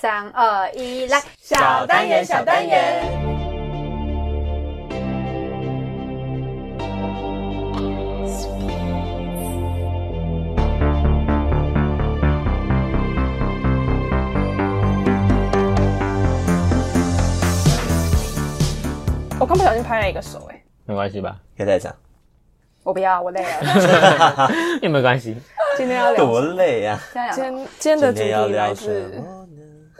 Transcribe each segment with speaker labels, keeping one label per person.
Speaker 1: 三二一，来！
Speaker 2: 小单元小单元。
Speaker 3: 我刚不小心拍了一个手、欸，哎，
Speaker 2: 没关系吧？
Speaker 4: 可以再讲，
Speaker 1: 我不要，我累 了。
Speaker 2: 也没关系。
Speaker 3: 今天要聊，
Speaker 4: 多累呀、
Speaker 1: 这样
Speaker 3: 今
Speaker 1: 讲，
Speaker 3: 天今天
Speaker 4: 今
Speaker 3: 的啊主
Speaker 4: 天要
Speaker 3: 题来
Speaker 4: 聊嗯什
Speaker 3: 自
Speaker 4: 么呢？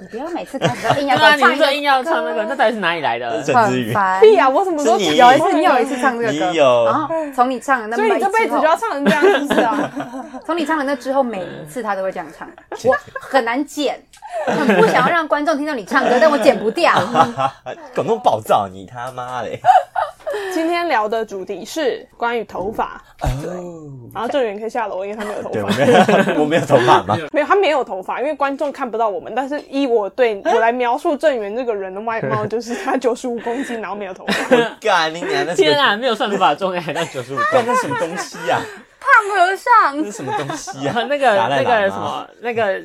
Speaker 1: 你不要每 次开始都硬
Speaker 2: 对
Speaker 1: 要给
Speaker 2: 啊，
Speaker 1: 我
Speaker 2: 你不
Speaker 1: 唱一
Speaker 2: 是
Speaker 1: 个
Speaker 2: 硬要唱那个，那到底是哪里来的？
Speaker 4: 郑之
Speaker 1: 很
Speaker 4: 宇，
Speaker 1: 烦。
Speaker 3: 屁啊！我什么时候
Speaker 4: 是你
Speaker 1: 有一次，你有一
Speaker 4: 嗯
Speaker 1: 次唱这个歌，
Speaker 4: 你有
Speaker 1: 然后从你唱的那
Speaker 3: 所以你这辈子就要唱成这样，是不是 啊？
Speaker 1: 从你唱了那之后，每一次他都会这样唱， 我很难剪，很不想要让观众听到你唱 歌，但我剪不掉。
Speaker 4: 搞那么暴躁，你他妈嘞！
Speaker 3: 今天聊的主题是关于头发，
Speaker 4: 哦
Speaker 3: 然后郑源可以下楼，因为他没有头
Speaker 4: 对，我
Speaker 3: 发，
Speaker 4: 没 有，我没有头发吗？
Speaker 3: 没有他没有头发，因为观众看不到我们。但是依我对我来描述郑源这个人的外 貌，就是他九十五公斤，然后没有头发，
Speaker 4: 干你娘！那是个
Speaker 2: 天啊，没有算头发 重量还到九十五
Speaker 4: 干那什么东西呀、啊？
Speaker 1: 和
Speaker 4: 那
Speaker 1: 尚，
Speaker 4: 是什么东西呀、啊？
Speaker 2: 那个
Speaker 4: 达赖
Speaker 2: 那
Speaker 4: 喇嘛
Speaker 2: 个什么 那个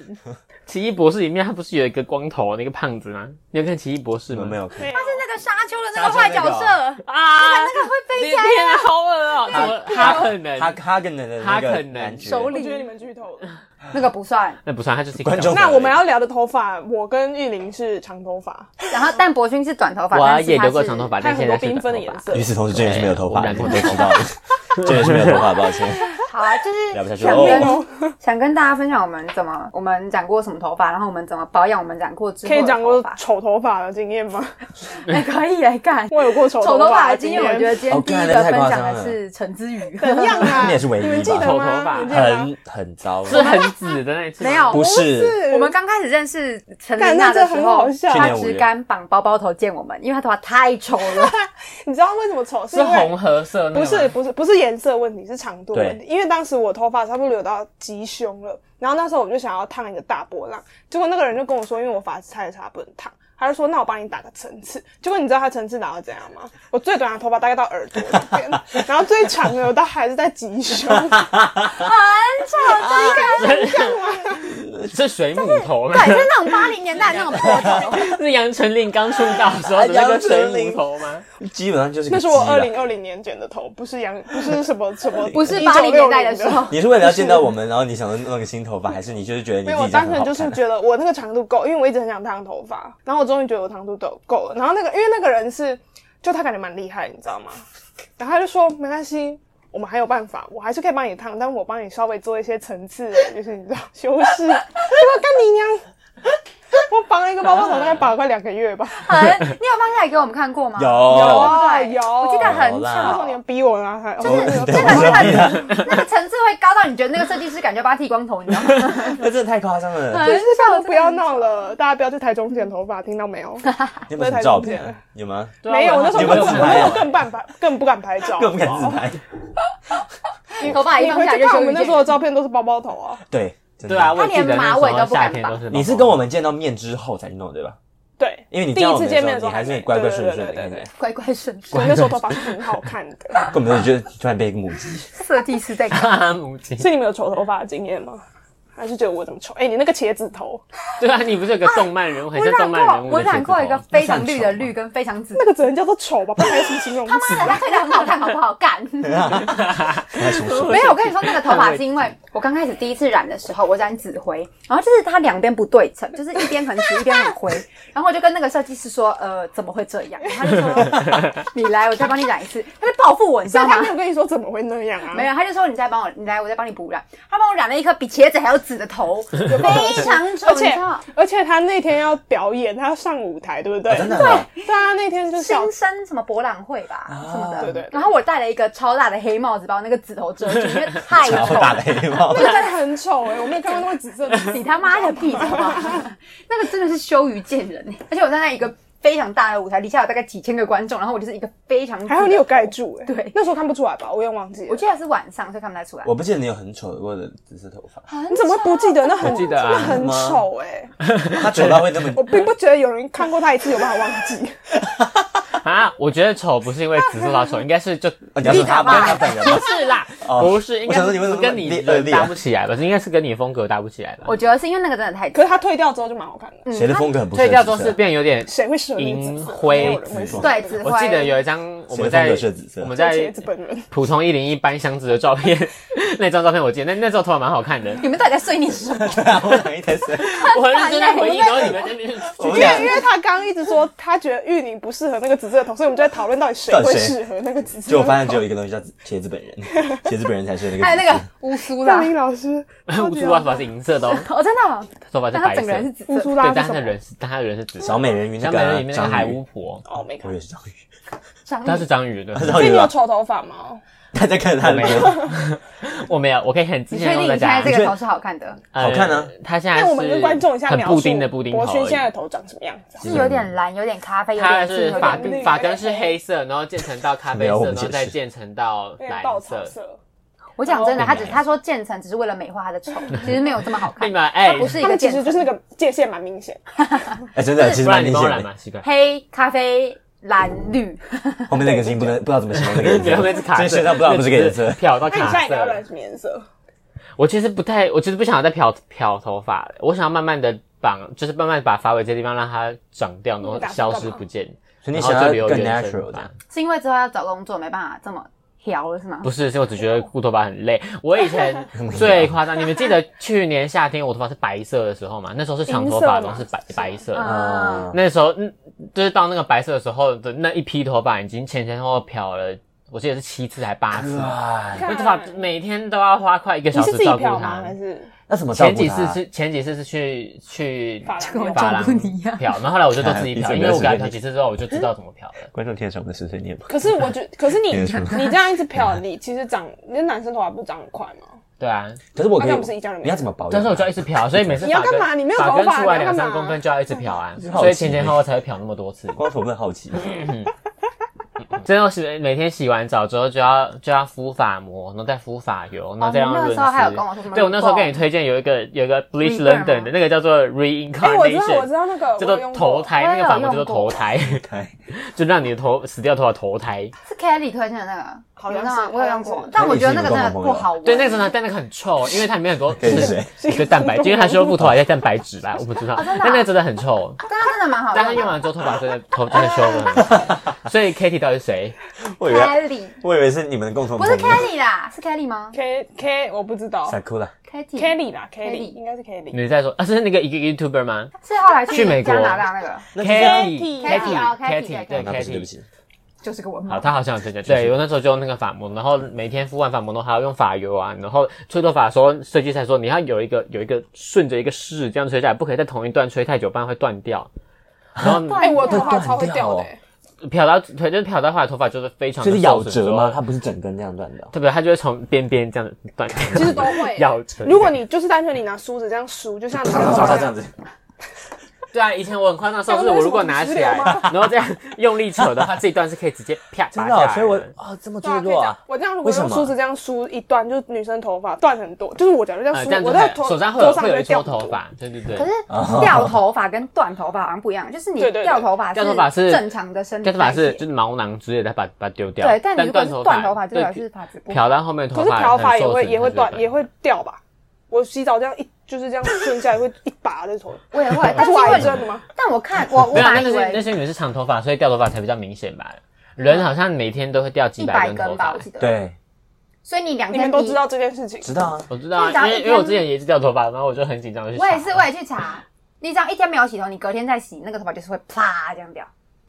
Speaker 2: 奇异博士里面，他不是有一个光头那个胖子吗？你有看奇异博士
Speaker 4: 你
Speaker 2: 吗？
Speaker 4: 们没有看？
Speaker 3: 对啊
Speaker 1: 那个沙丘的
Speaker 4: 那个坏角色沙丘那
Speaker 2: 啊！
Speaker 1: 那个会
Speaker 2: 天啊，好恶哦！怎么哈可能？
Speaker 4: 哈哈根的那
Speaker 2: 哈
Speaker 4: 个
Speaker 2: 肯
Speaker 4: 男爵
Speaker 1: 首
Speaker 3: 我
Speaker 1: 领
Speaker 3: 觉得你们剧透了。
Speaker 1: 那个不算。
Speaker 2: 那不算，他就是一个
Speaker 4: 观众
Speaker 3: 那我们要聊的头发，我跟玉玲是长头发，
Speaker 1: 然后但博勋是短头发，
Speaker 2: 我
Speaker 1: 但是
Speaker 2: 也
Speaker 1: 他
Speaker 2: 留过
Speaker 1: 是
Speaker 2: 长头发，
Speaker 3: 它
Speaker 2: 但
Speaker 3: 有很
Speaker 2: 现
Speaker 3: 多缤
Speaker 2: 在是
Speaker 3: 纷的
Speaker 2: 短
Speaker 3: 颜
Speaker 2: 头发。
Speaker 3: 色
Speaker 4: 与。此同时，郑源是没有头发的，
Speaker 2: 对
Speaker 4: 你
Speaker 2: 我
Speaker 4: 们
Speaker 2: 们
Speaker 4: 都
Speaker 2: 俩
Speaker 4: 知道的。郑源是没有头发，抱歉。
Speaker 1: 好啊，就是
Speaker 4: 聊不下去
Speaker 1: 想
Speaker 4: 了
Speaker 1: 跟、
Speaker 3: 哦
Speaker 1: 想跟大家分享我们怎么我们染过什么头发，然后我们怎么保养我们染过之后
Speaker 3: 可以讲过
Speaker 1: 的头发
Speaker 3: 丑头发的经验吗？
Speaker 1: 哎可以来干
Speaker 3: 我有过丑
Speaker 1: 丑头发
Speaker 3: 的
Speaker 1: 的经验，我觉得今
Speaker 4: 哦
Speaker 1: 天第一
Speaker 4: 干
Speaker 1: 个
Speaker 4: 那太
Speaker 1: 分
Speaker 4: 夸
Speaker 1: 享
Speaker 4: 张
Speaker 1: 的是陈之宇，
Speaker 3: 怎样啊？
Speaker 4: 你也是唯一吧
Speaker 3: 你们记得吗？
Speaker 2: 丑头发
Speaker 3: 你记得吗
Speaker 4: 很很糟，
Speaker 2: 是很紫的那一次吗，
Speaker 1: 没有
Speaker 4: 不是？
Speaker 1: 我们刚开始认识陈琳
Speaker 3: 干
Speaker 1: 娜
Speaker 3: 那
Speaker 1: 的
Speaker 3: 这
Speaker 1: 时
Speaker 3: 很
Speaker 1: 候
Speaker 3: 好，笑。啊
Speaker 4: 去
Speaker 1: 她
Speaker 4: 年五
Speaker 1: 只
Speaker 4: 月
Speaker 1: 敢绑包包头见我们，因为她头发太丑了。
Speaker 3: 你知道为什么丑？是
Speaker 2: 是
Speaker 3: 因为
Speaker 2: 红褐色那
Speaker 3: 不
Speaker 2: 个吗
Speaker 3: 是不是不是颜色问题，是长度
Speaker 4: 对
Speaker 3: 问题。因为当时我头发差不多留到及胸了，然后那时候我就想要烫一个大波浪，结果那个人就跟我说，因为我发质太差不能烫，他就说那我帮你打个层次。结果你知道他层次打到怎样吗？我最短的头发大概到耳朵这边，然后最长的我到还是在及胸，
Speaker 2: 是水母头吗
Speaker 1: 对，？就是那种八零年代那种波头，
Speaker 2: 是杨丞琳刚出道的时
Speaker 4: 啊
Speaker 2: 候的那个水母头吗？
Speaker 4: 基本上就是个
Speaker 3: 那是我
Speaker 4: 鸡啦
Speaker 3: 二零二零年剪的头，不是杨，不是什么什么，
Speaker 1: 不是八零年代的时 候。
Speaker 4: 你是为了要见到我们，然后你想要弄个新头发，还是你就是觉得你
Speaker 3: 没有，
Speaker 4: 自
Speaker 3: 我
Speaker 4: 己这样
Speaker 3: 单
Speaker 4: 很好看
Speaker 3: 纯就是觉得我那个长度够，因为我一直很想烫头发，然后我终于觉得我长度都够了。然后那个，因为那个人是，就他感觉蛮厉害，你知道吗？然后他就说没关系，我们还有办法，我还是可以帮你烫，但我帮你稍微做一些层次，就是你知道修饰。结果干你娘！我绑了一个包包头，大概绑了快两个月吧。
Speaker 1: 很，你有放下来给我们看过吗？
Speaker 4: 有
Speaker 3: 啊
Speaker 1: 对
Speaker 3: 有，
Speaker 1: 我记得很
Speaker 4: 有
Speaker 1: 丑
Speaker 4: 啦
Speaker 3: 那时候你们逼我啊，
Speaker 4: 哦
Speaker 3: 还就是
Speaker 1: 真的那个那个层次会高到你觉得那个设计师感觉把他剃光头，你知道 吗？
Speaker 4: 那真的太夸张了。
Speaker 3: 就是下午不要闹了，大家不要去台中剪头发，听到没有？
Speaker 4: 你有没有什么照片啊？有吗？
Speaker 2: 对啊
Speaker 3: 没有，我那时候
Speaker 4: 你
Speaker 3: 根
Speaker 4: 们
Speaker 3: 本
Speaker 4: 有
Speaker 3: 我
Speaker 4: 自拍
Speaker 3: 那时
Speaker 4: 啊
Speaker 3: 候更不敢拍，更不敢拍照，
Speaker 4: 更不敢自拍。
Speaker 1: 头发一
Speaker 3: 你
Speaker 1: 放
Speaker 3: 回
Speaker 1: 下来
Speaker 3: 去
Speaker 1: 就羞
Speaker 3: 看我们
Speaker 1: 于
Speaker 3: 那时
Speaker 1: 见
Speaker 3: 候的照片都是包包头啊。
Speaker 4: 对，真的
Speaker 2: 对啊，我记得
Speaker 1: 他连
Speaker 2: 那
Speaker 1: 马
Speaker 2: 时
Speaker 1: 尾都
Speaker 2: 候
Speaker 1: 不敢
Speaker 2: 夏天都是。
Speaker 4: 你是跟我们见到面之后才去弄对吧？
Speaker 3: 对，
Speaker 4: 因为你
Speaker 3: 第
Speaker 4: 见到
Speaker 3: 一
Speaker 4: 我
Speaker 3: 次
Speaker 4: 们
Speaker 3: 见
Speaker 4: 的
Speaker 3: 面
Speaker 4: 时
Speaker 3: 的时
Speaker 4: 候，
Speaker 3: 候
Speaker 4: 你还是很乖乖顺
Speaker 3: 对
Speaker 4: 顺
Speaker 3: 对
Speaker 4: 的，
Speaker 3: 对对
Speaker 4: 对
Speaker 1: 乖乖顺
Speaker 3: 所
Speaker 1: 顺
Speaker 3: 以，那时候头发是很好看的。
Speaker 4: 根本就觉得突然被一个母鸡。
Speaker 1: 设计师在 干。
Speaker 2: 哈母亲，
Speaker 3: 所以你们有丑头发的经验吗？还是觉得我怎么丑？哎、你那个茄子头，
Speaker 2: 对啊，你不是有个动漫人物，很
Speaker 1: 我
Speaker 2: 像
Speaker 1: 染
Speaker 2: 动漫人
Speaker 1: 过，
Speaker 2: 物
Speaker 1: 我
Speaker 2: 的茄
Speaker 1: 染
Speaker 2: 子
Speaker 1: 过一个
Speaker 2: 头
Speaker 1: 非常绿的绿跟非常 紫。
Speaker 3: 那个只能叫做丑吧，不然还有什么形容词？
Speaker 1: 妈的，他吹的很好看，好不好？ 干！
Speaker 4: 太凶手
Speaker 1: 没有，我跟你说，那个头发是因为我刚开始第一次染的时候，我染紫灰，然后就是它两边不对称，就是一边很紫，一边很 灰。然后我就跟那个设计师说，呃，怎么会这样？他就说， 你来，我再帮你染一次。他就报复我，你知
Speaker 3: 所以
Speaker 1: 道
Speaker 3: 他
Speaker 1: 吗
Speaker 3: 没？有跟你说怎么会那样 啊？
Speaker 1: 没有，他就说你再帮我，你来，我再帮你补染。他帮我染了一颗比茄子还要紫的头， 非常丑，
Speaker 3: 而
Speaker 1: 你知
Speaker 3: 且
Speaker 1: 道？
Speaker 3: 而且他那天要表演，他要上舞台，对不对？
Speaker 4: 啊真的啊
Speaker 3: 对，对啊，那天就是要
Speaker 1: 新生什么博览会吧，
Speaker 2: 啊
Speaker 1: 什么的。
Speaker 3: 对对对
Speaker 1: 然后我戴了一个超大的黑帽子，把我那个紫头 遮住，因为太
Speaker 4: 然后
Speaker 1: 丑。
Speaker 4: 大雷帽
Speaker 3: 那， 个真的很丑哎、我没有看过那么紫色 的。
Speaker 1: 你他妈的屁好不好？ 那个真的是羞于见人，欸而且我站在一个非常大的舞台，底下有大概几千个观众，然后我就是一个非常……
Speaker 3: 还好你有盖，住哎、
Speaker 1: 对
Speaker 3: 那时候看不出来吧？我有点忘记了
Speaker 1: 我。记得是晚上，所以看不太出来。
Speaker 4: 我不记得你有很丑过的紫色头发，
Speaker 3: 你怎么会不记得？那很
Speaker 2: 我记得啊
Speaker 3: 那很丑哎、
Speaker 4: 他丑到会那么
Speaker 3: 我并不觉得有人看过他一次有办法忘记。
Speaker 2: 啊，我觉得丑不是因为紫 色他丑，应该是就
Speaker 4: 哦你要说他
Speaker 1: 立
Speaker 4: 吧，
Speaker 1: 场吧
Speaker 4: 他本人
Speaker 2: 不
Speaker 4: 吧。
Speaker 2: 是啦，
Speaker 4: 哦
Speaker 2: 不是，应该
Speaker 4: 我想说你为什
Speaker 2: 是
Speaker 4: 么
Speaker 2: 跟你
Speaker 4: 那么恶
Speaker 2: 人
Speaker 4: 劣啊
Speaker 2: 搭不起来吧？应该是跟你风格搭不起来吧？
Speaker 1: 我觉得是因为那个真的太
Speaker 3: 可是他退掉之后就蛮好看的。
Speaker 1: 嗯
Speaker 4: 谁的风格很不
Speaker 2: 所以
Speaker 4: 是
Speaker 2: 叫
Speaker 4: 很
Speaker 2: 做
Speaker 4: 紫
Speaker 2: 是
Speaker 4: 色？
Speaker 2: 变有点。
Speaker 3: 谁会舍你紫
Speaker 2: 银
Speaker 3: 色？
Speaker 2: 灰
Speaker 3: 没有人会舍
Speaker 4: 紫
Speaker 3: 你
Speaker 1: 对指挥，
Speaker 2: 我记得有一张我
Speaker 4: 谁的
Speaker 2: 们
Speaker 4: 风
Speaker 2: 在
Speaker 4: 格是紫色
Speaker 2: 我？们
Speaker 3: 就
Speaker 2: 在
Speaker 3: 茄子本人。
Speaker 2: 普通一零一搬箱子的照片， 那张照片我记得，那那时候头发蛮好看的。
Speaker 1: 你们到底在 碎念什么？
Speaker 4: 对啊，我想一开始，
Speaker 2: 我很认真在回忆，然后你们在那边
Speaker 4: 我们
Speaker 3: 因为
Speaker 4: 俩
Speaker 3: 因为他刚刚一直说他觉得玉宁不适合那个紫色的头，所以我们就在讨论到底谁会适合那个紫色的头。
Speaker 4: 就我发现只有一个东西叫茄子本人，茄子本人才是那个。
Speaker 1: 还有那个乌苏啦
Speaker 3: 大，林老 师，
Speaker 2: 乌苏拉头发是银色的哦，
Speaker 1: 哦，真的哦，
Speaker 2: 头发是
Speaker 1: 但他
Speaker 2: 白色
Speaker 1: 整个，人是
Speaker 2: 对，
Speaker 1: 紫
Speaker 3: 乌
Speaker 1: 色
Speaker 3: 苏
Speaker 1: 的。
Speaker 3: 拉
Speaker 2: 但
Speaker 3: 是
Speaker 2: 他
Speaker 3: 什
Speaker 2: 的
Speaker 3: 么？
Speaker 2: 人是他的人是紫色
Speaker 4: 小美人鱼那
Speaker 2: 小美人里
Speaker 4: 哦个
Speaker 2: 面那
Speaker 4: 章
Speaker 2: 个海
Speaker 4: 鱼
Speaker 2: 巫，婆，
Speaker 3: 哦，没看
Speaker 4: 我以。为是章 鱼，
Speaker 1: 张
Speaker 2: 他是
Speaker 1: 宇
Speaker 2: 章鱼对。
Speaker 4: 他是
Speaker 3: 所
Speaker 4: 章
Speaker 3: 以
Speaker 4: 鱼啊
Speaker 3: 你有
Speaker 4: 吧？
Speaker 3: 丑头发吗？
Speaker 4: 大家看他的
Speaker 2: 我没有
Speaker 4: 脸，
Speaker 2: 我没有，我可以很自
Speaker 1: 你
Speaker 2: 信
Speaker 1: 确
Speaker 2: 地
Speaker 1: 定
Speaker 2: 跟
Speaker 1: 你
Speaker 2: 大
Speaker 1: 现
Speaker 2: 家
Speaker 1: 在
Speaker 2: 讲，
Speaker 1: 这个头是好看的？
Speaker 2: 呃
Speaker 4: 好看啊！
Speaker 2: 他现在
Speaker 3: 那
Speaker 2: 是
Speaker 3: 我们跟观众一下
Speaker 2: 很
Speaker 3: 描
Speaker 2: 布
Speaker 3: 述
Speaker 2: 丁的布丁
Speaker 3: 博
Speaker 2: 头
Speaker 3: 勋
Speaker 2: 而已，
Speaker 3: 现在的头长什么样子啊？
Speaker 1: 是有点蓝，有点咖啡，有
Speaker 2: 他
Speaker 1: 点金，
Speaker 2: 是
Speaker 1: 有
Speaker 2: 发
Speaker 1: 点
Speaker 3: 绿
Speaker 1: 绿。
Speaker 2: 发根是黑色，然后渐层到咖啡
Speaker 4: 没有我
Speaker 2: 色，
Speaker 4: 们
Speaker 2: 然后
Speaker 4: 解
Speaker 2: 再
Speaker 4: 释
Speaker 2: 渐层到
Speaker 3: 有点
Speaker 2: 蓝
Speaker 3: 稻草
Speaker 2: 色。
Speaker 3: 色。
Speaker 1: 我讲真的，
Speaker 2: 哦
Speaker 1: 他只他说渐层只是为了美化他的 丑，其实没有这么好看
Speaker 2: 对。吧？哎
Speaker 1: 它，不是一
Speaker 3: 他
Speaker 1: 个
Speaker 3: 们其
Speaker 1: 渐
Speaker 3: 实
Speaker 1: 层，
Speaker 3: 就是那个界限蛮明显。
Speaker 4: 哎，真的，其实
Speaker 2: 不
Speaker 4: 蛮
Speaker 2: 然你
Speaker 4: 明
Speaker 2: 帮我染
Speaker 4: 显
Speaker 2: 嘛，
Speaker 4: 的。
Speaker 2: 奇怪。
Speaker 1: 黑咖啡蓝绿，
Speaker 4: 后面那个已经 不能不知道怎么形容那个
Speaker 2: 你要那
Speaker 4: 颜
Speaker 2: 是
Speaker 4: 色，
Speaker 2: 卡色，
Speaker 4: 这身上不知道不是个颜色
Speaker 2: 只是。漂到
Speaker 3: 那你
Speaker 2: 卡
Speaker 3: 现在你要
Speaker 2: 色
Speaker 3: 染。什么颜色？
Speaker 2: 我其实不太，我其实不想要再漂漂头发了，我想要慢慢的绑，就是慢慢地把发尾这地方让它长掉，然后
Speaker 3: 你打算
Speaker 2: 消
Speaker 3: 干
Speaker 2: 失
Speaker 3: 嘛
Speaker 2: 不见。
Speaker 4: 所以你
Speaker 2: 然后
Speaker 4: 想
Speaker 2: 就留
Speaker 4: 要更
Speaker 2: 原生
Speaker 4: natural
Speaker 2: 吧
Speaker 4: 的，
Speaker 1: 是因为之后要找工作没办法这么调了是吗？
Speaker 2: 不是，是我只觉得护头发很累。我 以前最夸张，你们记得去年夏天我头发是白色的时候吗？那时候是长头发，
Speaker 3: 银色嘛
Speaker 2: 然后是白白色。
Speaker 1: 嗯
Speaker 4: 啊，
Speaker 2: 那时候，嗯，就是到那个白色的时候的那一批头发，已经前前后后漂了，我记得是七次还八次。
Speaker 4: 哇，
Speaker 2: 那头发每天都要花快一个
Speaker 3: 你
Speaker 2: 小
Speaker 3: 是自
Speaker 2: 时
Speaker 3: 己
Speaker 2: 照顾
Speaker 3: 漂
Speaker 2: 它
Speaker 3: 吗？。还是
Speaker 4: 那怎么照
Speaker 2: 前
Speaker 4: 顾
Speaker 2: 几次
Speaker 4: 他？
Speaker 2: 是前几次是去去
Speaker 3: 发
Speaker 1: 跟我
Speaker 3: 廊？
Speaker 1: 照
Speaker 2: 发
Speaker 1: 顾
Speaker 2: 廊
Speaker 1: 你呀
Speaker 2: 漂，然后后来我就都自己
Speaker 4: 一直
Speaker 2: 漂，
Speaker 4: 没有
Speaker 2: 因为我给他
Speaker 4: 随便
Speaker 2: 漂
Speaker 4: 你
Speaker 2: 几次之后，我就知道怎么漂了。
Speaker 4: 观众听得懂我们的碎碎念吗？
Speaker 3: 可是我 觉，可是你
Speaker 4: 也
Speaker 3: 你
Speaker 4: 是
Speaker 3: 这样一直漂，你其实长，你的男生头发不是长很快吗？
Speaker 2: 对啊，
Speaker 4: 可是我可
Speaker 3: 那这样不是一
Speaker 4: 以
Speaker 3: 家人，吗
Speaker 4: 你要怎么保养啊？
Speaker 2: 但是我就要一直漂，所以每次
Speaker 3: 你要
Speaker 2: 发根
Speaker 3: 干嘛你没有头
Speaker 2: 发根
Speaker 3: 发
Speaker 2: 出来
Speaker 3: 你要
Speaker 2: 两
Speaker 3: 干嘛
Speaker 2: 三公分就要一直漂啊，
Speaker 4: 好
Speaker 2: 所以
Speaker 4: 奇
Speaker 2: 前前后后才会漂那么多次。
Speaker 4: 光头们好奇，
Speaker 2: 嗯真的是每天洗完澡之后就要就要敷发膜，然后再敷发油，然后再让
Speaker 1: 哦你那
Speaker 2: 润
Speaker 1: 个
Speaker 2: 湿。
Speaker 1: 时候还有跟我说什么
Speaker 2: 对我那时候跟你推荐有一个有一个 bleach
Speaker 1: Rebirth 吗
Speaker 2: London 的那个叫做
Speaker 3: 哎，我知道，我
Speaker 2: reincarnation，
Speaker 3: 知道那个，
Speaker 2: 叫
Speaker 3: 我
Speaker 2: 做
Speaker 3: 有用
Speaker 2: 投
Speaker 3: 过。
Speaker 2: 胎，
Speaker 1: 我也
Speaker 2: 那
Speaker 1: 有
Speaker 2: 个法门叫做
Speaker 1: 用过
Speaker 2: 投胎，
Speaker 4: 对，
Speaker 2: 就让你的头死掉头发投胎。
Speaker 1: 是 Kelly 推荐的那个，
Speaker 3: 好像
Speaker 1: 你
Speaker 3: 是
Speaker 1: 知道吗我有用
Speaker 3: 好像
Speaker 1: 过
Speaker 3: 是，
Speaker 1: 但我觉得那个真的不好闻。
Speaker 2: 对，那个时候呢，但那个很臭，因为它里面很多
Speaker 4: 可以是谁
Speaker 2: 一堆蛋白质，因为它修复头发要蛋白质吧，我不知道。
Speaker 1: 真的啊
Speaker 2: 但那个真的很臭，
Speaker 1: 但它真的蛮好
Speaker 2: 但它
Speaker 1: 用
Speaker 2: 用
Speaker 1: 的。
Speaker 2: 完之后头发真的头真的修了很好。所以 Kitty 到底是谁？
Speaker 4: 我以为
Speaker 1: Kelly
Speaker 4: 我以为是你们的共同
Speaker 1: 不
Speaker 4: 朋
Speaker 1: 是
Speaker 4: 友。
Speaker 1: Kelly 啦，是 Kelly 吗
Speaker 3: K K，我不知道。
Speaker 4: 傻哭了，
Speaker 1: ？Kitty
Speaker 3: Kelly 啦
Speaker 1: Kelly
Speaker 3: ，Kelly 应该是 Kelly。
Speaker 2: 你在说啊？是那个一个 YouTuber 吗
Speaker 1: 是后来
Speaker 2: 去美国
Speaker 1: 加拿大那个，
Speaker 2: ？Kitty
Speaker 1: Katie，哦
Speaker 2: Kitty
Speaker 1: Katie，
Speaker 2: 对
Speaker 1: 对
Speaker 4: 那不是对不
Speaker 2: Kitty。
Speaker 4: 起，
Speaker 1: 就是个文
Speaker 2: 好，
Speaker 1: 盲。
Speaker 2: 他好像有推荐。对我那时候就用那个发膜，然后每天敷完发膜，然后还要用发油啊，然后吹头发的时候，设计才说你要有一个有一个顺着一个势这样吹下来，不可以在同一段吹太久，不然会断掉。然后
Speaker 1: 断
Speaker 3: 哎，我头发
Speaker 4: 断
Speaker 3: 超会掉
Speaker 4: 掉
Speaker 3: 的
Speaker 4: 哦
Speaker 3: 欸。
Speaker 2: 漂到腿就是漂到后来头发就是非常
Speaker 4: 这
Speaker 2: 的
Speaker 4: 是咬折吗？
Speaker 2: 它
Speaker 4: 它不是整根这样 断的哦。
Speaker 2: 对不对？它就会从边边这样子断开，
Speaker 3: 其实都 会
Speaker 2: 咬折。
Speaker 3: 如果你就是单纯你拿梳子这样梳，就
Speaker 2: 啊
Speaker 3: 像你
Speaker 4: 然后它这样子，
Speaker 2: 对啊，以前我很夸张的时候，就是我如果拿起来， 然后这样用力扯的话，这一段是可以直接啪
Speaker 4: 真的
Speaker 2: 拔下
Speaker 4: 哦，
Speaker 2: 来。
Speaker 4: 所以我啊这么
Speaker 3: 对
Speaker 4: 脆
Speaker 3: 啊，可以这
Speaker 4: 弱
Speaker 3: 样
Speaker 4: 啊。。
Speaker 3: 我这样如果
Speaker 4: 为什
Speaker 3: 用
Speaker 4: 么
Speaker 3: 梳子这样梳一段，就是女生头发断很多，就是我假如这样
Speaker 2: 呃，
Speaker 3: 梳
Speaker 2: 这，样就
Speaker 3: 我在
Speaker 2: 会
Speaker 3: 头
Speaker 2: 手上会有
Speaker 3: 头上
Speaker 2: 会
Speaker 3: 就
Speaker 2: 有
Speaker 3: 会
Speaker 2: 一
Speaker 3: 掉
Speaker 2: 撮
Speaker 3: 很多
Speaker 2: 头。发，对对对。
Speaker 1: 可是掉头发跟断头发好像不一样，就是你
Speaker 3: 对对对
Speaker 1: 掉头发
Speaker 2: 掉头发是
Speaker 1: 正常的生理代
Speaker 2: 掉
Speaker 1: 谢，
Speaker 2: 头发是就是毛囊之类的，把把它丢掉。
Speaker 1: 对，但你如果
Speaker 2: 断
Speaker 1: 是
Speaker 2: 头
Speaker 1: 断头发，就表
Speaker 2: 对，
Speaker 1: 示发质不好。
Speaker 2: 漂到后面头
Speaker 3: 可
Speaker 2: 发
Speaker 3: 是
Speaker 2: 很
Speaker 3: 漂发也
Speaker 2: 受
Speaker 3: 会
Speaker 2: 损
Speaker 3: 也会
Speaker 2: 它就
Speaker 3: 断也会掉吧？我洗澡这样一就是这样 顺下来会一拔这头，
Speaker 1: 我也会， 但
Speaker 3: 它
Speaker 1: 是
Speaker 3: 是
Speaker 1: 因
Speaker 3: 癌
Speaker 1: 为
Speaker 3: 症的吗？
Speaker 1: 但我 看我我
Speaker 2: 没有啊，
Speaker 1: 本来
Speaker 2: 那
Speaker 1: 以
Speaker 2: 是那
Speaker 1: 为
Speaker 2: 是因为是长头发，所以掉头发才比较明显吧。人好像每天都会掉几
Speaker 1: 一
Speaker 2: 百
Speaker 1: 百
Speaker 2: 根头
Speaker 1: 根吧，
Speaker 2: 发
Speaker 1: 我，记得。，
Speaker 4: 对，
Speaker 1: 所以你两
Speaker 3: 你
Speaker 1: 天
Speaker 3: 们都知，道这件事情，
Speaker 4: 知道啊。
Speaker 2: 我知道啊
Speaker 1: 至，少
Speaker 2: 因为
Speaker 1: 一
Speaker 2: 因为我
Speaker 1: 天
Speaker 2: 之前也是掉头发，然后我就很紧张，我就去
Speaker 1: 我也
Speaker 2: 查
Speaker 1: 是，我也去查。你只要一天没有洗头，你隔天再洗，那个头发就是会啪这样掉。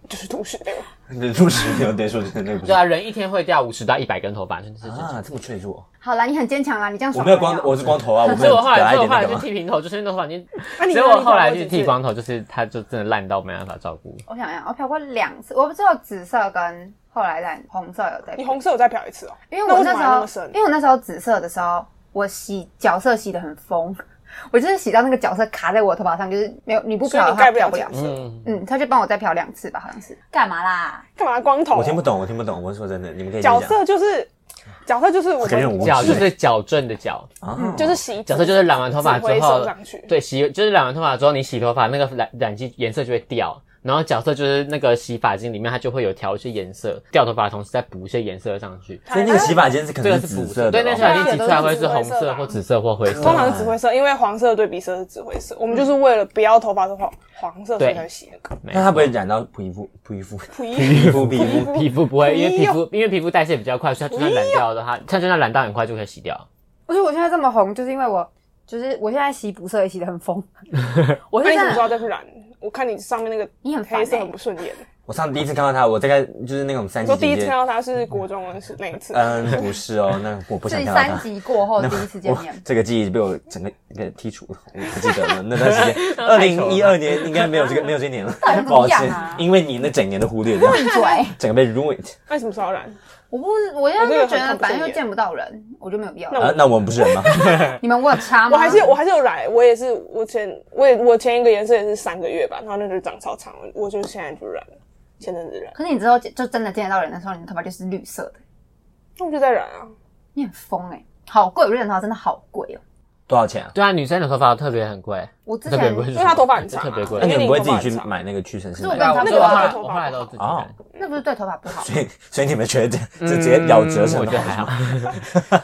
Speaker 3: 就是吐 血流。
Speaker 4: 入室没有对数字，那个不是
Speaker 2: 对啊，人一天会掉五十到一百根头发，真的是正常。
Speaker 4: 啊，这么脆弱。
Speaker 1: 好啦，你很坚强啦，你这样爽
Speaker 4: 我没有
Speaker 1: 得
Speaker 4: 光
Speaker 1: 了，
Speaker 4: 我是光头啊，我没
Speaker 2: 所以
Speaker 4: 有
Speaker 2: 我后
Speaker 4: 表达
Speaker 2: 来，
Speaker 4: 一
Speaker 2: 所以
Speaker 4: 点
Speaker 2: 我后
Speaker 4: 那
Speaker 2: 来
Speaker 4: 个
Speaker 2: 去
Speaker 4: 嘛。
Speaker 2: 剃平头，就是 因为那头发已经，
Speaker 3: 那你
Speaker 2: 所以我后来
Speaker 3: 你
Speaker 2: 去
Speaker 3: 有没有
Speaker 2: 剃光头，就是它就真的烂到没办法照顾。
Speaker 1: 我想想，我漂过两次，我只有紫色跟后来染红色有在
Speaker 3: 几次，你
Speaker 1: 漂，
Speaker 3: 红色有再漂一次哦？
Speaker 1: 因为我
Speaker 3: 那为什么还那
Speaker 1: 那
Speaker 3: 么
Speaker 1: 时候
Speaker 3: 深，
Speaker 1: 因为我那时候紫色的时候，我洗角色洗的很疯， 我就是洗到那个角色卡在我的头发上，就是没有你不
Speaker 3: 所以
Speaker 1: 漂的
Speaker 3: 你
Speaker 1: 话
Speaker 3: 盖不
Speaker 1: 漂
Speaker 3: 了
Speaker 1: 不
Speaker 3: 角
Speaker 1: 了。
Speaker 3: 色。
Speaker 2: 嗯，
Speaker 1: 嗯，他就帮我再漂两次吧，好像是。干嘛啦？
Speaker 3: 干嘛光头？啊
Speaker 4: 我听不懂，我听不懂。我是说真的，你们可以
Speaker 3: 角
Speaker 4: 讲
Speaker 3: 色就是角色就是我
Speaker 4: 可能
Speaker 3: 们
Speaker 4: 很无
Speaker 2: 矫就
Speaker 4: 知
Speaker 2: 是矫正的矫，
Speaker 4: 啊。
Speaker 3: 就是洗
Speaker 2: 矫正就是染完头发
Speaker 3: 指挥
Speaker 2: 之后
Speaker 3: 送上去，
Speaker 2: 对洗就是染完头发之后，你洗头发那个染染剂颜色就会掉。然后角色就是那个洗发精里面它就会有调一些颜色，掉头发的同时再补一些颜色上去。
Speaker 4: 所以那个洗发间是可
Speaker 2: 这
Speaker 4: 能是
Speaker 2: 个是
Speaker 4: 紫
Speaker 2: 补
Speaker 4: 色的哦，
Speaker 2: 对，那洗发精挤出来会是
Speaker 3: 对都
Speaker 2: 红
Speaker 3: 是紫
Speaker 2: 色
Speaker 3: 色的
Speaker 2: 或紫色或灰色。
Speaker 3: 通常是紫灰色，因为黄色对比色是紫灰色。我们就是为了不要头发是黄黄色，所以才洗那个。
Speaker 2: 没
Speaker 4: 那它不会染到皮肤皮肤
Speaker 3: 皮
Speaker 4: 肤皮肤
Speaker 2: 皮肤不会，因为
Speaker 3: 不
Speaker 2: 皮
Speaker 3: 要
Speaker 2: 肤因为皮肤代谢比较快，所以它就算染掉的话，它就算染到很快就可以洗掉。
Speaker 1: 不是我现在这么红，就是因为我就是我现在洗补色也洗得很疯，我
Speaker 3: 那
Speaker 1: 是
Speaker 3: 你怎
Speaker 1: 真
Speaker 3: 么知道
Speaker 1: 的
Speaker 3: 再去染？我看你上面那个
Speaker 1: 你很烦
Speaker 3: 黑色
Speaker 1: 欸
Speaker 3: 很不顺 眼。
Speaker 4: 我上次第一次看到它，我大概就是那种三
Speaker 3: 你
Speaker 4: 级
Speaker 3: 说第
Speaker 4: 警
Speaker 3: 一次
Speaker 4: 戒
Speaker 3: 看。到他是国中的是那一次，
Speaker 4: 嗯，不是哦，那我不想
Speaker 1: 是
Speaker 4: 看到它
Speaker 1: 三。级过后
Speaker 4: 那
Speaker 1: 第一次见面
Speaker 4: 我。这个记忆被我整个给剔除了，我不记得了。那段时间，二零一二年应该没有这个没有这一年了，
Speaker 1: 不
Speaker 4: 抱
Speaker 1: 一样
Speaker 4: 歉
Speaker 1: 啊，
Speaker 4: 因为你那整年的忽略掉，
Speaker 1: 对，
Speaker 4: 整个被 ruined。
Speaker 3: 那你什么时候要染？
Speaker 1: 我不，我现在
Speaker 3: 我这个
Speaker 1: 就觉得
Speaker 3: 很看不顺眼
Speaker 1: 反正又见不到人，我就没有必要。
Speaker 4: 啊，那我们不是 人吗？
Speaker 1: 你们我有差吗？
Speaker 3: 我还是我还是有染，我也是我前我也我前一个颜色也是三个月吧，然后那就长超长，我就现在就染了，前阵子染，
Speaker 1: 可是你之后就真的见得到人的时候，你的头发就是绿色的，
Speaker 3: 那我就再染啊。
Speaker 1: 你很疯哎、好贵！我认识他真的好贵哦、
Speaker 4: 多少钱啊？
Speaker 2: 对啊，女生的头发特别很贵，
Speaker 1: 我之
Speaker 2: 特别
Speaker 1: 前
Speaker 2: 贵，因
Speaker 3: 因为她头发很长啊
Speaker 2: 特别贵
Speaker 4: 那。你们不会自己去
Speaker 3: 因为你头发很长
Speaker 4: 买那个屈臣氏
Speaker 1: 可是我
Speaker 4: 的
Speaker 1: 跟他
Speaker 4: 药？
Speaker 2: 啊我
Speaker 1: 那个
Speaker 2: 后
Speaker 1: 我
Speaker 2: 来
Speaker 3: 头
Speaker 2: 我
Speaker 3: 发
Speaker 2: 后来都自己
Speaker 4: 哦
Speaker 2: 染，
Speaker 1: 那不是对头发不好，
Speaker 4: 所以所以你们觉得这这直接咬折
Speaker 2: 嗯
Speaker 4: 什么？
Speaker 2: 我觉得还好，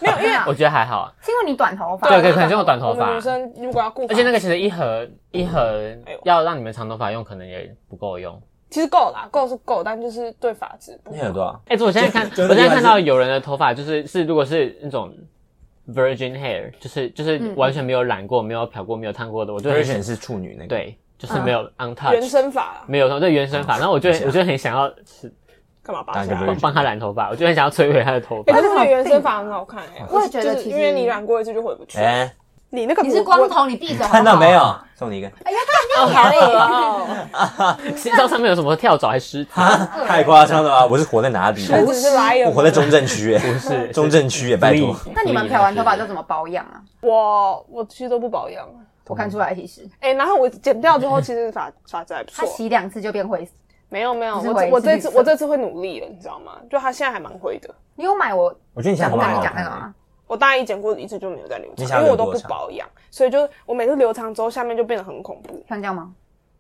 Speaker 1: 没有，因为
Speaker 2: 我觉得还好 啊。
Speaker 1: 是因为你短头发，
Speaker 2: 对，可以可能用短头
Speaker 3: 我们
Speaker 2: 发
Speaker 3: 女，生如果要顾发，
Speaker 2: 而且那个其实一盒一盒
Speaker 3: 哎呦
Speaker 2: 要让你们长头发用，可能也不够用。
Speaker 3: 其实够啦，够是够，但就是对发质不
Speaker 4: 那有多少？
Speaker 2: 哎、这我现在 看，
Speaker 4: 真的
Speaker 2: 我现在
Speaker 4: 还
Speaker 2: 看
Speaker 4: 是
Speaker 2: 到有人的头发就是是，如果是那种 virgin hair，就是就是
Speaker 1: 嗯
Speaker 2: 完全没有染过、没有漂过、没有烫过的，我就
Speaker 4: 屈
Speaker 2: 很
Speaker 4: 臣氏处女
Speaker 1: 嗯
Speaker 4: 那个，，
Speaker 2: 对，就是没有
Speaker 1: 啊
Speaker 2: untouch，、
Speaker 3: 原生发啦，
Speaker 2: 没有对原生发，
Speaker 4: 嗯
Speaker 2: 然后我就
Speaker 4: 等一下
Speaker 2: 我就很想要是
Speaker 3: 干嘛拔
Speaker 4: 当一
Speaker 3: 下
Speaker 4: 个
Speaker 3: 来？
Speaker 2: 帮帮他染头发，我就很想要摧毁他的头
Speaker 3: 哎、
Speaker 2: 发。
Speaker 3: 但是那个原生发很好看哎、
Speaker 1: 我也觉得
Speaker 3: 就是
Speaker 1: 其实
Speaker 3: 因为你染过一次就回不去。
Speaker 4: 哎，
Speaker 3: 你那个
Speaker 1: 你是光， 头，你闭嘴好不好
Speaker 4: 看到没？有？送你 一个，
Speaker 3: 我好恶哦、
Speaker 2: 谁知道上面有什么跳蚤还尸
Speaker 4: 哎
Speaker 2: 体？
Speaker 4: 太夸张了吧！我是活在哪里？
Speaker 3: 那只是 lion，
Speaker 4: 我活在中正区，哎
Speaker 2: 不 是
Speaker 4: 中正区也拜托。
Speaker 1: 那你们漂完头发之后怎么保养啊？
Speaker 3: 我我其实都不保养。
Speaker 1: 我看出来，其实
Speaker 3: 哎、然后我剪掉 之后，其实发发质还不
Speaker 1: 他
Speaker 3: 错。
Speaker 1: 洗两次就变灰色。
Speaker 3: 没有没有，
Speaker 1: 不是
Speaker 3: 我
Speaker 1: 灰
Speaker 3: 这我
Speaker 1: 是
Speaker 3: 这
Speaker 1: 绿
Speaker 3: 次
Speaker 1: 色
Speaker 3: 我这次会努力了，你知道吗？就它现在还蛮灰的。
Speaker 1: 你有买我
Speaker 4: 我觉得你现在头
Speaker 1: 刚
Speaker 4: 发
Speaker 1: 才
Speaker 4: 很好
Speaker 1: 讲那个
Speaker 4: 看。
Speaker 2: 啊
Speaker 1: 吗？
Speaker 3: 我大一剪过一次就没有再留
Speaker 4: 你
Speaker 3: 长，
Speaker 4: 想要
Speaker 3: 因为我
Speaker 4: 留
Speaker 3: 都
Speaker 4: 多
Speaker 3: 不
Speaker 4: 长
Speaker 3: 保养，所以就我每次留长之后，下面就变得很恐怖。
Speaker 1: 像这样吗？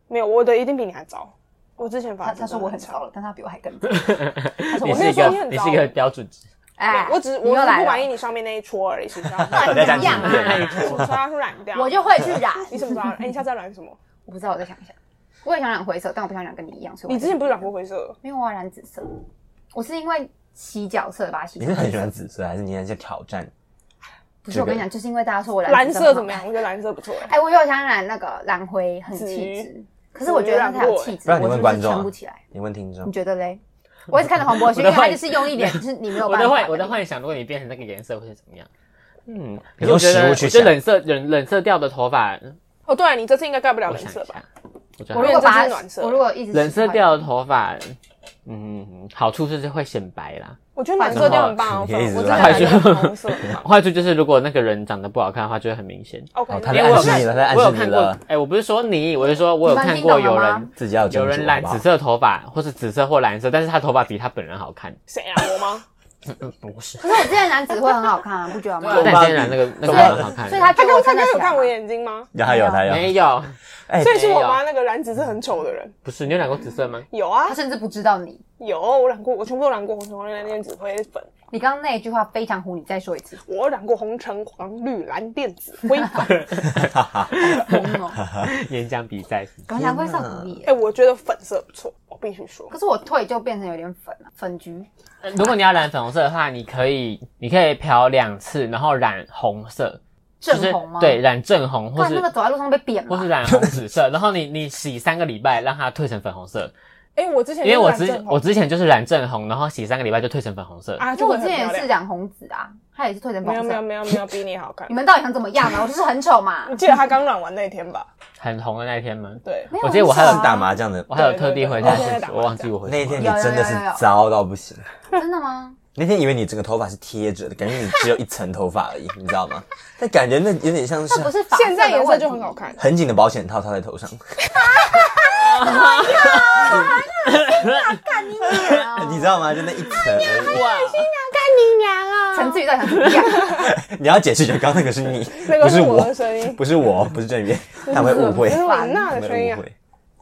Speaker 3: 没有，我的一定比你还糟。我之前发
Speaker 1: 他
Speaker 3: 质
Speaker 1: 他说
Speaker 3: 真的
Speaker 1: 我很
Speaker 3: 差
Speaker 1: 糟了，但他比我还更糟。他说
Speaker 2: 你
Speaker 1: 我
Speaker 2: 是一
Speaker 1: 很
Speaker 3: 没有说你
Speaker 2: 个
Speaker 3: 很
Speaker 2: 你
Speaker 3: 糟
Speaker 2: 是一个标准值，
Speaker 1: 哎，
Speaker 3: 我只是
Speaker 1: 你又
Speaker 3: 我只是
Speaker 1: 来
Speaker 3: 不满意
Speaker 1: 了，
Speaker 3: 你上面那一撮而已，是不是？
Speaker 4: 我
Speaker 1: 在
Speaker 4: 在
Speaker 1: 讲
Speaker 4: 讲
Speaker 1: 你啊
Speaker 3: 我说要去染掉，
Speaker 1: 我就会去染。
Speaker 3: 你什么时候要染？哎，你下次要染 什么？
Speaker 1: 我不知道，我再想一下。我也想染灰色，但我不想染跟你一样，所以我
Speaker 3: 你
Speaker 1: 还
Speaker 3: 之前不是染过灰色？
Speaker 1: 没有我要染紫色。我是因为洗角色把它洗
Speaker 4: 你
Speaker 1: 成
Speaker 4: 是
Speaker 1: 灰色。
Speaker 4: 很喜欢紫色，还是你很想挑战？
Speaker 1: 不是我跟你讲，就是因为大家说我
Speaker 3: 蓝
Speaker 1: 紫
Speaker 3: 色
Speaker 1: 很
Speaker 3: 怎么
Speaker 1: 好
Speaker 3: 样？我觉得蓝色不错哎。
Speaker 1: 哎，我又想染那个蓝灰，很
Speaker 3: 紫
Speaker 1: 气
Speaker 3: 鱼
Speaker 1: 质。可是我觉得它才有气质，
Speaker 4: 紫鱼染过哎不然你
Speaker 1: 我
Speaker 4: 问
Speaker 1: 就是
Speaker 4: 观众啊
Speaker 1: 撑不起来。
Speaker 4: 你问听 众
Speaker 1: 你，觉得嘞？我一直看着黄博勋，因为他就是用一点，就是你没有
Speaker 2: 我
Speaker 1: 办
Speaker 2: 的
Speaker 1: 法
Speaker 2: 幻
Speaker 1: 的。
Speaker 2: 我的幻想，如果你变成那个颜色会是怎么样？嗯，
Speaker 4: 你
Speaker 2: 可是我
Speaker 4: 用
Speaker 2: 觉
Speaker 4: 食
Speaker 2: 得
Speaker 4: 物
Speaker 2: 我
Speaker 4: 去
Speaker 2: 觉得
Speaker 4: 想
Speaker 2: 冷色冷冷色调的头发，
Speaker 3: 哦，对，你这次应该盖不了
Speaker 2: 我
Speaker 3: 蓝
Speaker 2: 想
Speaker 3: 色
Speaker 2: 一
Speaker 3: 吧
Speaker 2: 下？，我觉
Speaker 1: 我
Speaker 2: 得
Speaker 1: 如果把
Speaker 3: 因为这是暖
Speaker 1: 它，
Speaker 3: 色
Speaker 1: 我如果一直
Speaker 2: 冷色
Speaker 1: 喜欢
Speaker 2: 调的头发，嗯，好处就是会显白啦。
Speaker 3: 我觉得蓝色调很棒啊，我
Speaker 4: 你可以一直
Speaker 3: 之前
Speaker 4: 染
Speaker 3: 染过红色。
Speaker 2: 坏处就是如果那个人长得不好看的话，就会很明显。
Speaker 3: OK，
Speaker 4: 哦他
Speaker 3: 那
Speaker 4: 在
Speaker 2: 我有
Speaker 4: 暗示
Speaker 2: 看
Speaker 4: 你了，他在暗
Speaker 2: 我有
Speaker 4: 示
Speaker 2: 看
Speaker 4: 你
Speaker 2: 过
Speaker 4: 了，，
Speaker 2: 哎，我不是说你，我是说我有
Speaker 1: 你们
Speaker 2: 看
Speaker 1: 听
Speaker 2: 过
Speaker 1: 懂了
Speaker 2: 有
Speaker 1: 吗
Speaker 2: 人
Speaker 4: 自己要斟酌
Speaker 2: 有人染
Speaker 4: 好不好
Speaker 2: 紫色头发，或是紫色或蓝色，但是他头发比他本人好看。
Speaker 3: 谁啊？我吗？
Speaker 2: 嗯不是，
Speaker 1: 可是我之前染紫会很好看啊，不觉得吗？
Speaker 2: 但你先染那个那个
Speaker 4: 头
Speaker 1: 所
Speaker 4: 发
Speaker 2: 很
Speaker 4: 比
Speaker 2: 好看啊
Speaker 1: 以，所以他 觉
Speaker 3: 他
Speaker 1: 得
Speaker 3: 刚
Speaker 1: 我
Speaker 3: 他
Speaker 1: 看得
Speaker 3: 刚有
Speaker 1: 起来
Speaker 3: 看
Speaker 1: 啊
Speaker 3: 我眼睛吗？
Speaker 4: 有他有他 有，
Speaker 2: 没有，
Speaker 4: 哎
Speaker 3: 所以是
Speaker 2: 没
Speaker 3: 我
Speaker 2: 有
Speaker 3: 妈那个染紫是很丑的人。
Speaker 2: 不是你有染过紫色 吗？
Speaker 3: 有啊
Speaker 1: 他，甚至不知道你。
Speaker 3: 有我染过，我全部都染过红橙黄绿蓝靛紫灰粉，
Speaker 1: 你刚刚那一句话非常糊，你再说一次。
Speaker 3: 我染过红橙黄绿蓝靛紫灰 粉。
Speaker 1: 疯
Speaker 3: 嗯
Speaker 1: 哦！
Speaker 2: 演讲比赛是
Speaker 1: 我难怪少不利耶。
Speaker 3: 哎，我觉得粉色不错，我必须说
Speaker 1: 可。是我退就变成有点粉了，粉橘。
Speaker 2: 呃如果你要染粉红色的话，你可以你可以漂两次，然后染红色，就
Speaker 1: 正
Speaker 2: 是
Speaker 1: 红吗
Speaker 2: 对，染正红
Speaker 1: 不
Speaker 2: 或
Speaker 1: 然
Speaker 2: 是
Speaker 1: 那个走在路上被扁
Speaker 2: 或
Speaker 1: 了啊
Speaker 2: 是。染红紫色，然后你你洗三个礼拜，让它褪成粉红色。
Speaker 3: 哎，我之前
Speaker 2: 因为我
Speaker 3: 就是
Speaker 2: 之
Speaker 3: 染正红
Speaker 2: 我之前就是染正红，然后洗三个礼拜就褪成粉红色。
Speaker 3: 啊，
Speaker 1: 因为
Speaker 3: 就
Speaker 1: 我
Speaker 3: 会
Speaker 1: 之
Speaker 3: 很
Speaker 1: 前
Speaker 3: 漂
Speaker 1: 也是
Speaker 3: 亮
Speaker 1: 染红紫啊，他也是退成
Speaker 3: 没有
Speaker 1: 粉
Speaker 3: 没
Speaker 1: 色。
Speaker 3: 有没有没有比你好看
Speaker 1: 你。们到底想怎么样啊？我就是很丑嘛
Speaker 3: 你。记得他刚染完那天吧？
Speaker 2: 很红的那一天吗？
Speaker 3: 对，
Speaker 1: 没有
Speaker 2: 我记得我还
Speaker 1: 很
Speaker 2: 有
Speaker 1: 丑啊
Speaker 4: 打麻将的
Speaker 2: 我还有特地回家
Speaker 3: 对对对
Speaker 2: 去，我忘记我回
Speaker 4: 那一天，你
Speaker 1: 有有
Speaker 4: 真的
Speaker 1: 有有有
Speaker 4: 是糟到不行。
Speaker 1: 真的吗？
Speaker 4: 那天以为你整个头发是贴着的，感觉你只有一层头发而已，你知道吗？ 但感觉那有点像是
Speaker 1: 这不是发色的
Speaker 3: 现在颜色就很好
Speaker 1: 问题。
Speaker 3: 看。
Speaker 4: 很紧的保险套套在头上， 你知道吗？就那一层而
Speaker 1: 陈啊志宇到底想怎么 样？
Speaker 4: 已。你要解释一下，刚刚那个是你，
Speaker 3: 那
Speaker 4: 不
Speaker 3: 个
Speaker 4: 是
Speaker 3: 是我
Speaker 4: 我
Speaker 3: 的，声音，
Speaker 4: 不是我，不是郑源，他们会误会
Speaker 3: 这，是我娜
Speaker 4: 他
Speaker 3: 的
Speaker 4: 们
Speaker 3: 声
Speaker 4: 会
Speaker 3: 音
Speaker 4: 误
Speaker 3: 啊。
Speaker 4: 会。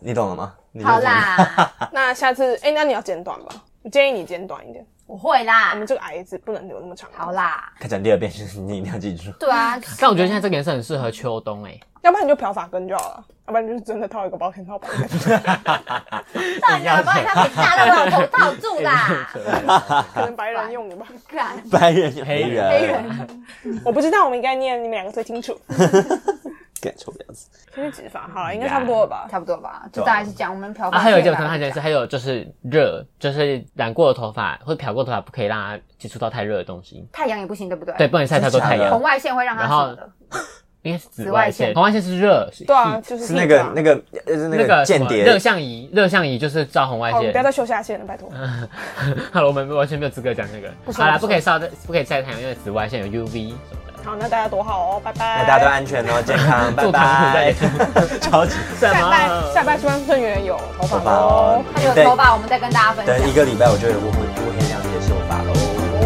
Speaker 4: 你懂了吗？你
Speaker 1: 好
Speaker 4: 懂了吗，
Speaker 1: 啦，
Speaker 3: 那下次，哎、那你要剪短吧？我建议你剪短一点。
Speaker 1: 我会啦
Speaker 3: 我，们这个矮子不能留那么长。
Speaker 1: 好， 啦，
Speaker 4: 他讲第二遍，你一定要记住。
Speaker 1: 对啊，
Speaker 2: 但我觉得现在这个颜色很适合秋冬哎、
Speaker 3: 要不然你就漂发根就好了，要不然你就是真的套一个保险 套吧。
Speaker 1: 到底要不要他给大的把头套住 啦？
Speaker 3: 可能白人用的吧。
Speaker 1: 干
Speaker 4: 白人、黑人、
Speaker 1: 黑，人，
Speaker 3: 我不知道，我们应该念你们两个最清楚。
Speaker 4: 干臭婊子，
Speaker 3: 先去直发，好了，应该差不多了吧？
Speaker 1: 差不多吧，就大概是这样。我们
Speaker 3: 哦
Speaker 1: 漂
Speaker 2: 啊，
Speaker 1: 发
Speaker 2: 还有一
Speaker 1: 界
Speaker 2: 件
Speaker 1: 吧
Speaker 2: 我看到他讲是，还有就是热，就是染过的头发或者漂过的头发，不可以让它接触到太热的东西。
Speaker 1: 太阳也不行，对不对？
Speaker 2: 对，，不能晒太多太
Speaker 4: 真的假
Speaker 2: 阳
Speaker 4: 的，
Speaker 1: 红外线会让它
Speaker 2: 然后
Speaker 1: 死的。
Speaker 2: 应该是紫
Speaker 1: 紫
Speaker 2: 外
Speaker 1: 外
Speaker 2: 线。
Speaker 1: 线
Speaker 2: 红外线是热，是
Speaker 3: 对 啊，就是
Speaker 4: 是那个那个呃是那个
Speaker 2: 什
Speaker 4: 间
Speaker 2: 么
Speaker 4: 谍，
Speaker 2: 热像仪，热像仪就是照红外
Speaker 3: 哦，
Speaker 2: 线
Speaker 3: 不要。再秀下线了，拜托。
Speaker 4: 嗯
Speaker 2: 好了，我们完全没有资格讲这个。
Speaker 3: 不说
Speaker 2: 好啦，
Speaker 3: 不
Speaker 2: 不
Speaker 3: 说
Speaker 2: 可以晒，不可以晒太阳，因为紫外线有 UV 什么的。
Speaker 3: 好，那大家多好哦，拜拜。
Speaker 4: 那大家都安全哦，健康，拜
Speaker 2: 做糖
Speaker 4: 拜
Speaker 2: 在。
Speaker 4: 超级
Speaker 2: 什
Speaker 3: 下
Speaker 2: 么
Speaker 3: 班？下班希望郑源有头
Speaker 4: 头
Speaker 3: 发
Speaker 4: 发
Speaker 3: 哦
Speaker 4: 哦。，
Speaker 1: 他有头发，我们再跟大家分享
Speaker 4: 等。一个礼拜，我就会我会我会了解秀发喽，
Speaker 3: 哦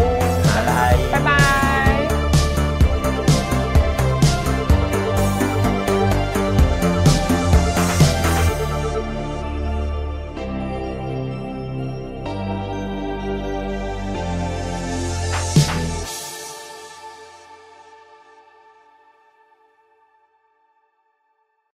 Speaker 4: 拜拜，
Speaker 3: 拜拜。